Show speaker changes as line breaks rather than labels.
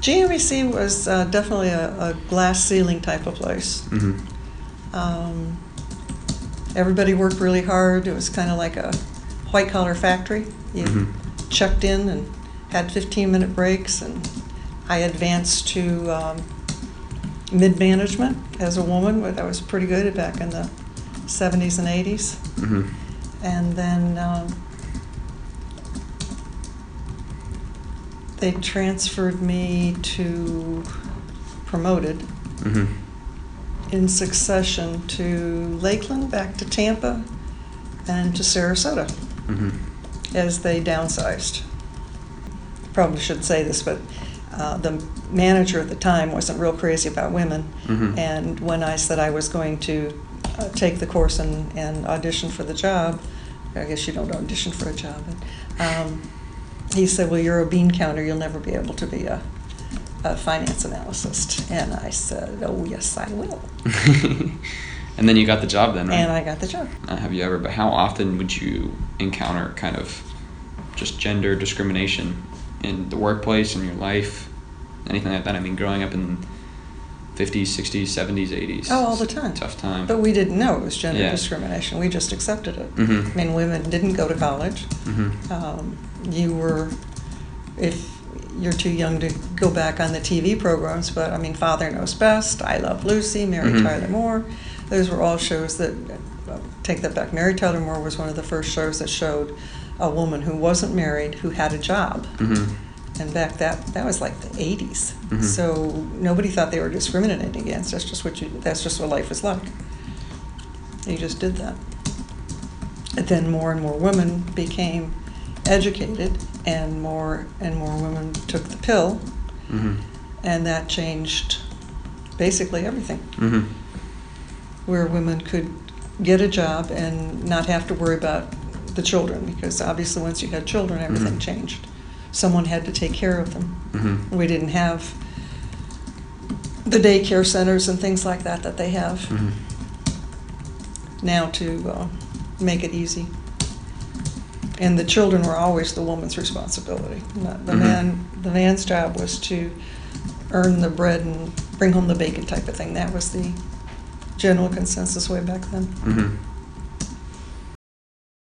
GMEC E was uh, definitely a, a glass ceiling type of place.
Mm-hmm.
Um, everybody worked really hard. It was kind of like a white collar factory. You
Mhm.
checked in and had 15 minute breaks, and I advanced to um, mid management as a woman, but I was pretty good at back in the 70s and 80s.
Mm-hmm.
And then um, they transferred me to promoted
Mm-hmm.
in succession to Lakeland, back to Tampa, and to Sarasota
Mm-hmm.
as they downsized. Probably should say this, but uh, the manager at the time wasn't real crazy about women.
Mhm.
And when I said I was going to uh, take the course and, and audition for the job, I guess you don't audition for a job. But, um, he said, Well, you're a bean counter, you'll never be able to be a, a finance analyst. And I said, Oh, yes, I will.
Mm-hmm. and then you got the job then, right?
And I got the job.
Not have you ever, but how often would you encounter kind of just gender discrimination in the workplace, in your life, anything like that? I mean, growing up in 50s, 60s, 70s, 80s.
Oh, all the
it's a
time.
Tough time.
But we didn't know it was gender
Yeah.
discrimination. We just accepted it.
Mhm.
I mean, women didn't go to college.
Mm-hmm.
Um, you were, if you're too young to go back on the TV programs, but I mean, Father Knows Best, I Love Lucy, Mary
Mhm.
Tyler Moore, those were all shows that, well, take that back. Mary Tyler Moore was one of the first shows that showed a woman who wasn't married who had a job.
Mm-hmm.
And back that that was like the 80s.
Mhm.
So nobody thought they were discriminating against. That's just what you. That's just what life was like. You just did that. And then more and more women became educated, and more and more women took the pill,
Mm-hmm.
and that changed basically everything.
Mm-hmm.
Where women could get a job and not have to worry about the children, because obviously once you had children, everything
Mhm.
changed. Someone had to take care of them.
Mm-hmm.
We didn't have the daycare centers and things like that that they have
Mm-hmm.
now to uh, make it easy. And the children were always the woman's responsibility. Not the
Mhm.
man, the man's job was to earn the bread and bring home the bacon type of thing. That was the general consensus way back then.
Mm-hmm.